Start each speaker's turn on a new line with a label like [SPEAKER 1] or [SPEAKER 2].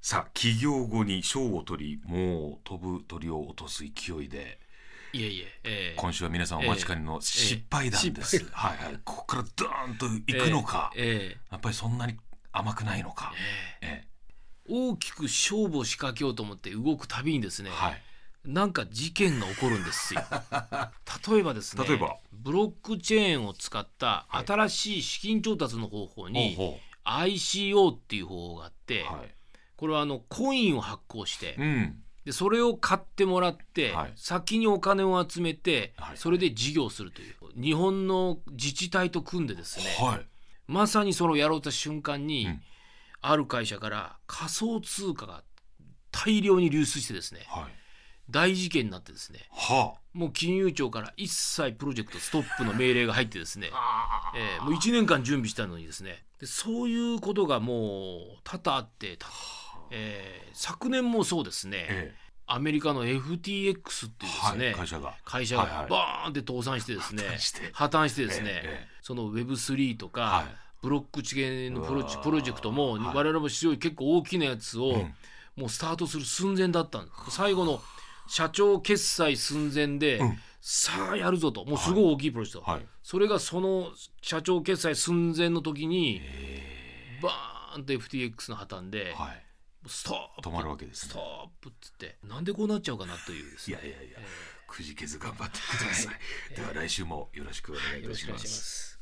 [SPEAKER 1] さあ起業後に賞を取りもう飛ぶ鳥を落とす勢いで
[SPEAKER 2] いえいえ、ええ
[SPEAKER 1] 今週は皆さんお待ちかねの失敗談です、
[SPEAKER 2] ええ失
[SPEAKER 1] はいはい、ここからドーンと行くのか、
[SPEAKER 2] ええ
[SPEAKER 1] やっぱりそんなに甘くないのか、
[SPEAKER 2] ええ
[SPEAKER 1] え
[SPEAKER 2] 大きく勝負を仕掛けようと思って動くたびにです
[SPEAKER 1] え
[SPEAKER 2] ね、
[SPEAKER 1] はい、
[SPEAKER 2] なんか事件が起こるんです よ例えばですね
[SPEAKER 1] 例えば
[SPEAKER 2] ブロックチェーンを使った
[SPEAKER 1] はい
[SPEAKER 2] 新しい資金調達の方法に、
[SPEAKER 1] ほ
[SPEAKER 2] ICO っていう方法があって、
[SPEAKER 1] うほうはい
[SPEAKER 2] これはあのコインを発行して
[SPEAKER 1] うん、
[SPEAKER 2] でそれを買ってもらって、
[SPEAKER 1] はい
[SPEAKER 2] 先にお金を集めて、
[SPEAKER 1] はい
[SPEAKER 2] それで事業するという日本の自治体と組んでですね、
[SPEAKER 1] はい
[SPEAKER 2] まさにそれをやろうとした瞬間に、
[SPEAKER 1] うん
[SPEAKER 2] ある会社から仮想通貨が大量に流出してですね
[SPEAKER 1] はい
[SPEAKER 2] 大事件になってですね
[SPEAKER 1] は、
[SPEAKER 2] もう金融庁から一切プロジェクトストップの命令が入ってですね
[SPEAKER 1] あ
[SPEAKER 2] ええもう1年間準備したのにですねでそういうことがもう多々あって、たええ昨年もそうですね、
[SPEAKER 1] ええ
[SPEAKER 2] アメリカの FTX っていうですね、
[SPEAKER 1] はい、会社が
[SPEAKER 2] 会社
[SPEAKER 1] はいはい
[SPEAKER 2] がバーンって倒産してですね、
[SPEAKER 1] 破綻して
[SPEAKER 2] 破綻してですね、
[SPEAKER 1] ええええ
[SPEAKER 2] その Web3 とか、
[SPEAKER 1] は
[SPEAKER 2] ブロックチェーンのプロジ
[SPEAKER 1] うわー
[SPEAKER 2] プロジェクトも、
[SPEAKER 1] はい
[SPEAKER 2] 我々も非常に結構大きなやつを、
[SPEAKER 1] い、うん
[SPEAKER 2] もうスタートする寸前だったんです最後の社長決済寸前で、
[SPEAKER 1] うん
[SPEAKER 2] さあやるぞともうすごい大きいプロジェクト、
[SPEAKER 1] はい
[SPEAKER 2] それがその社長決済寸前の時に、
[SPEAKER 1] え
[SPEAKER 2] バーンって FTX の破綻で、
[SPEAKER 1] えはい
[SPEAKER 2] ストップ
[SPEAKER 1] 止まるわけです
[SPEAKER 2] ス
[SPEAKER 1] ね
[SPEAKER 2] トップっつってなんでこうなっちゃうかなというです
[SPEAKER 1] い
[SPEAKER 2] ね
[SPEAKER 1] やいやいや
[SPEAKER 2] え
[SPEAKER 1] くじけず頑張ってください、では来週もよろしくお願
[SPEAKER 2] ー
[SPEAKER 1] いい
[SPEAKER 2] よろ
[SPEAKER 1] た
[SPEAKER 2] し
[SPEAKER 1] し
[SPEAKER 2] くお願
[SPEAKER 1] ま
[SPEAKER 2] いしますす。